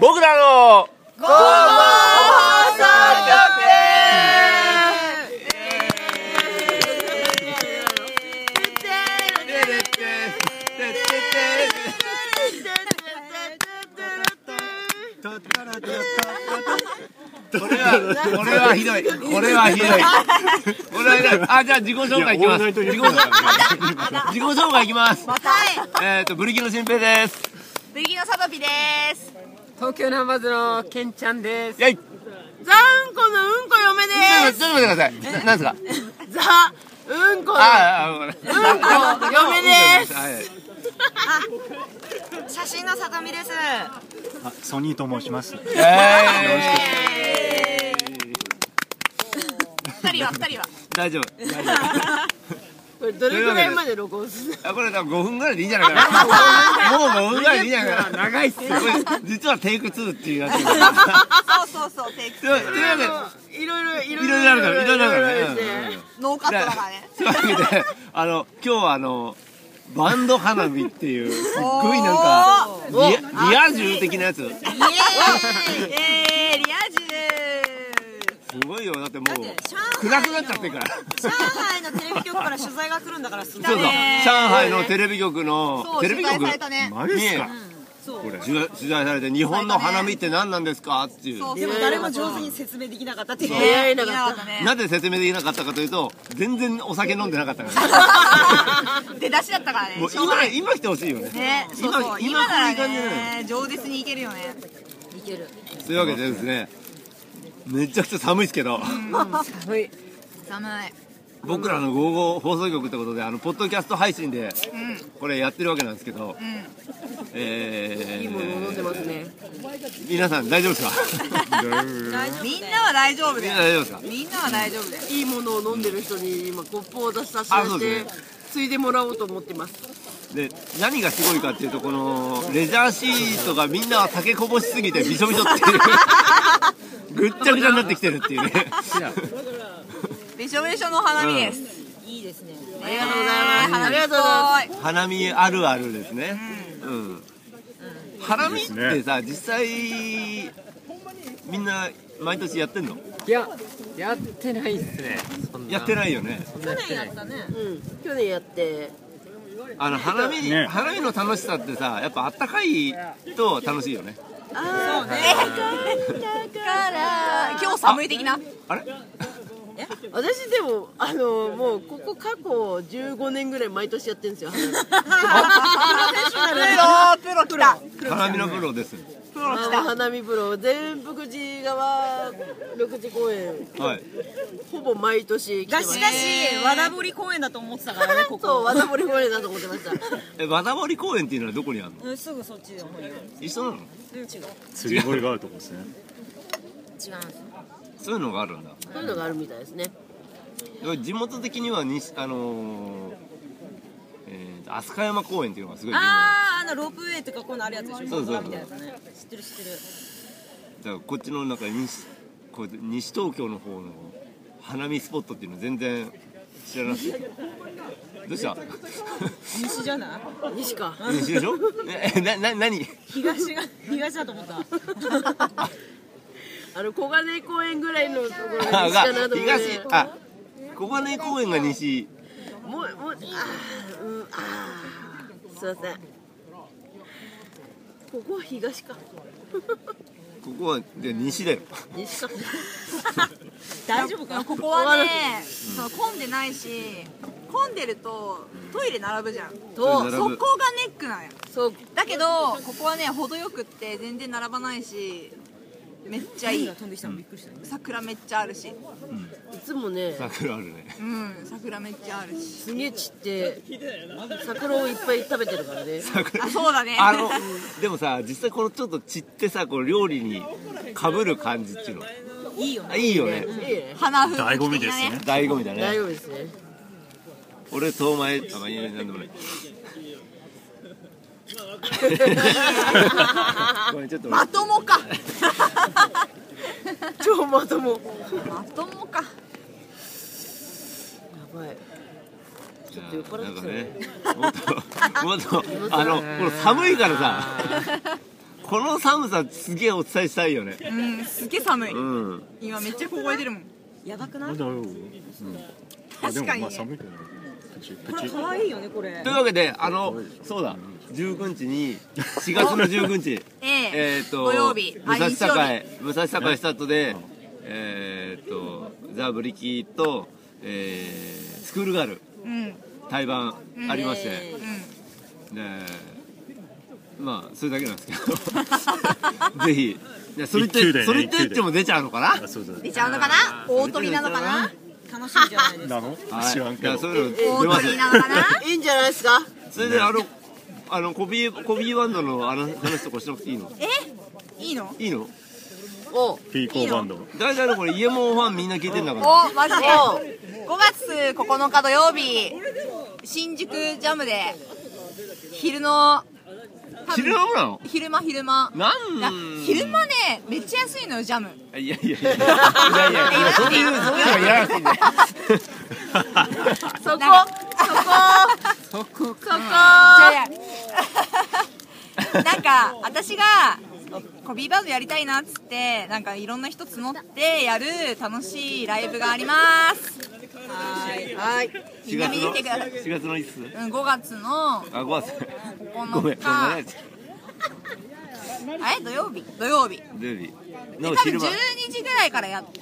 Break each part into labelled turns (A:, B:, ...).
A: 僕らの
B: ゴーゴー放送
A: これは、これはひどい。これはひどい。これはひどい。あ、じゃあ自己紹介いきます。自己自己紹介いきます。
C: はい、
A: えっと、ブリキの新平です。
C: ブリギのサトピです。
D: 東京ナンバーズのケンちゃんです。
A: やい。ちょ
C: ザンコのうんこ嫁
A: っ
C: で
A: と待ってください。ななんですか
C: す。ザ、うんこの
A: ああ、あごめんなさい
C: うんこ嫁です。
A: はい
C: 写真のさとみです。
B: あソニーと申します
A: えー
C: 二人は二人は。
A: 大 丈夫。
C: これどれくらいまで録音する？
A: あこれ多分5分ぐらいでいいんじゃないか な。もう5分ぐらいでいいんじゃないかな。
D: 長いっすよ。
A: これ実はテイク2っていうやつ。という
C: そうそうそう、テイク。
A: わけ
C: いろいろい
A: で、いろいろあるから、いろいろあるからね。うん
C: ノーカットだからね。
A: そういうわけで、あの、今日はあの、バンド花火っていう、すっごいなん
C: お
A: か、リアリア充的なやつ。
C: イエーイ、えー、リア充。
A: すごいよ、だってもう、
C: 上
A: 暗
C: 海
A: くなっちゃってるから。
C: 上海のテレビ局から取材が来るんだからすご
A: そうそう、上海のテレビ局の、テレビ局
C: 取材されたね
B: マジっすか
A: ね取材取材されて、日本の花見って何なんですかっていう。
C: でも誰も上手に説明できなかったっていう
D: 出会えなかった
A: なぜ説明できなかったかというと、全然お酒飲んでなかったから。
C: 出だしだったからね
A: もう今、今来てほしいよね。
C: ねそうそう
A: 今
C: 今なら
A: こういう感じなの
C: ね上舌にいけるよね
A: というわけでですね、めちゃくちゃ寒いですけど、
D: 寒い。
C: 寒い
A: 僕らの午後放送局ってことで、あの、ポッドキャスト配信で、これやってるわけなんですけど、え
D: いいもの飲んで
A: ー、
D: ますね。
A: 皆さん大丈夫ですか
C: みんなは大丈夫
A: みん
C: だ
A: な
C: よ
A: 大丈夫ですか
C: みんなは大丈夫だよ
D: いいものを飲んでる人に今コップを出し差し
A: あそう
D: 出
A: で
D: し
A: す
D: て、ついでもらおうと思ってます。
A: で、何がすごいかっていうと、この、レジャーシートがみんな竹こぼしすぎてびしょびしょっ ていう、ぐっちゃぐちゃになってきてるっていうね。
C: びしょびしょの花見ですいいですねありがとうございます
D: ありがとうござ
C: います
A: 花見あるあるですね。うん。花見っ
B: いいで
A: てさ、実際、みんな毎年やってんの
D: いや、やってないっすね。そんな
A: やって
D: い。
A: ないよね。
C: 去年やったね
D: うん。去年やって、
A: あの、花見、
B: ね
A: 花見の楽しさってさ、やっぱあったかいと楽しいよね。
C: そうねから今日寒い的な
A: あれ
D: 私でも、あの、もう、ここ過去15年ぐらい毎年やってるんですよ。
C: プロプロ来た
A: 花見のプロです。
C: プロ
D: あ
C: 来
D: の
C: た
D: 花見風呂、全福寺川緑地公園、
A: はい。
D: ほぼ毎年来てま
E: が
D: す。
E: しかし和田堀公園だと思ってたからねここ
D: そう、わざぼりぼりだと思ってました。
A: え、和田森公園っていうのはどこにあるの
E: うんすぐそっちの方に違う
A: 一緒なの
B: 釣り堀があるとこですね
A: そういうのがあるんだ。
D: そういうのがあるみたいですね。
A: 地元的には西、あのー、えーと、飛鳥山公園っていうのがすごい有名
E: あーあのロープウェイとかこういうのあるやつでしょ
A: そうそうそう
E: みたいなやつね知ってる知ってる
A: だからこっちのなんか西こう西東京の方の花見スポットっていうの全然知らなくてどうした
E: 西じゃない
D: 西か。
A: 西でしょ ええなな何
E: 東が東だと思った
D: あの小金井公園ぐらいのところが
A: あ
D: 西
A: が
D: かなと思っ
A: 東
D: て。
A: あ小金井公園が西
D: もうもうあーうんあーすいません。ここは東か。
A: ここはで西だよ
D: 西か。
E: 大丈夫か
C: ここはね、その混んでないし混んでるとトイレ並ぶじゃん
D: と
A: 並
C: そ
A: ぶ
C: こがネックなんよ
D: そう
C: だけどここはね程よくって全然並ばないしめっちゃいい
E: 飛んできたのびっくりした今
C: 桜めっちゃあるし
D: いつもね
A: 桜あるね
C: うん桜めっちゃあるし
D: すげえ散って桜をいっぱい食べてるからね。
C: あそうだね
A: あのでもさ実際このちょっと散ってさこう料理にかぶる感じっていうの
E: いいよね
A: あいいよね
D: いいね。
C: 花風
B: 醍醐味
C: 的
B: で
C: な
B: すね
A: 醍醐味だ
D: 大
A: ね
D: 丈夫ですね。
A: 俺遠前あまあいやなんでもないごめんちょっと
C: まともか
D: 超まとも。や
C: まともか
D: ばい。
A: ちょ
D: っと酔っ払ってきたね
A: ねもっともっとあのこの寒いからさこの寒さすげえお伝えしたいよね
C: うんすげえ寒い、
A: うん
C: 今めっちゃ凍えてるもん
E: やばく
B: ま
E: な
B: だ
E: い
B: よ、うん、あで
C: 確
B: も
C: かに
B: まあ
C: ね
B: 寒いけどねプチプ
E: これ
B: チ
E: 可愛いよねこれ
A: というわけであのそうだ19日に4月の19日
C: え
A: え
C: え
A: っと
C: 土曜日
A: 武蔵
C: あ日曜
A: 境武蔵境スタートでえっとザ・ブリキと、えースクールガール
C: うんうん
A: 対バンありまして、ねえまあそれだけなんですけ どぜひいやそれっ
B: 一
A: て、
B: 級だよね
A: それって
B: 一
A: っ
B: 級だ
A: て
B: よ
A: も出ちゃうのかな
B: あそうだ
C: 出ちゃうのかな大鳥なのかな
E: 楽しいじゃないですか
B: なの
A: はい
B: 知らんけ
A: い
B: ど
A: やそういうの出
C: 大
A: ます
C: 鳥なのかない
D: いんじゃないですか
A: それであのあのコビーコビーバンドのあの話とかしなくていいの
C: えいいの
A: いいの
D: おう
B: ピーコーバンド
A: 大体のこれ家もファンみんな聞いてんだから
C: おマジで5月9日土曜日新宿ジャムで昼の多分
A: 昼間もなの
C: 昼間昼
A: な
C: 間
A: ん
C: いや昼間ねめっちゃ安いのよジャム
A: いやいやいやいやいやいやそういうそういうのいらなくていいんだよ
C: そこそこそこそこなんか私がコビーバンドやりたいなっつってなんかいろんな人募ってやる楽しいライブがあります
D: はい
C: み
A: 4
C: んな
A: 月
C: 見に
A: の
C: 来てください、
A: 4月のいつ
C: うん、5月の
A: あ5月ごめ
C: 9
A: んごめ
C: 日
A: ん
C: あれ土曜日土曜日
A: 土曜日
C: で
A: の
C: 多分
A: 昼
C: 12
A: 間
C: 時ぐらいからやって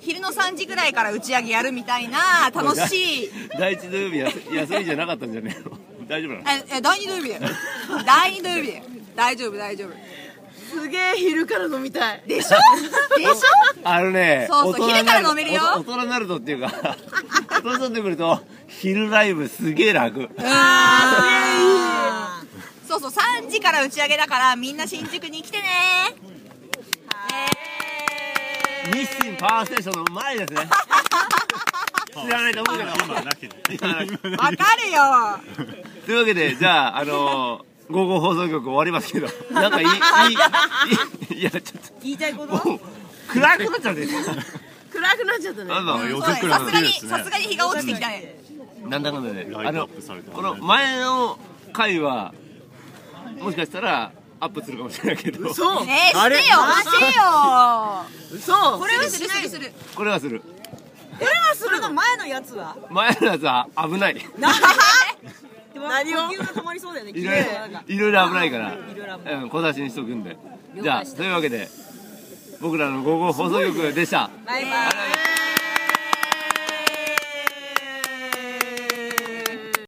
C: 昼の3時ぐらいから打ち上げやるみたいな楽しい
A: 第一土曜日やす休みじゃなかったんじゃねえの大丈夫なの
C: ええ第2土曜日だよ 第2土曜日だよ大丈夫大丈夫
D: すげえ昼から飲みたい
C: で しょでしょ
A: あのね
C: そうそう
A: 大人にな
C: 昼から飲めるよ
A: お大人になるとっていうか大人になってくると昼ライブすげえ楽
C: あーそうそう3時から打ち上げだからみんな新宿に来てねイエーイ
A: 日清パワーステーションの前ですね知らないと思うけど
B: 今な き
C: わかるよ
A: というわけでじゃああのー午後放送局終わります けどなんかいいいいいいいやちょっ
E: 言いたいこと
A: ともう暗くなっちゃって
D: 暗くなっちゃったね
A: なんだろう
B: 夜
C: そうだね
B: 桜
C: さ
B: の
C: すが
B: 日
C: に
B: ですね
C: さすがに日が落ちてきたね
A: なんだかんだで、
B: ラ
A: あ
B: イトア
A: の
B: ップされた
A: この前の回はもしかしたらアップするかもしれないけど
D: そう
C: ねえしてよしてよ
D: そう
C: これはするするする
A: これはする
E: これはそれの前のやつ は
A: 前のやつは危ない
E: でも
D: 何を
E: 呼吸が止まりそうだよね
A: い
E: き
A: ろい
E: れいなん
A: ろ
E: か
A: いろいろ危ないから
E: いろいろ危
A: うん、小出しにしとくんでじ
E: 了
A: ゃあ
E: 解した
A: というわけで僕らの午後放送局でした
E: バイバイ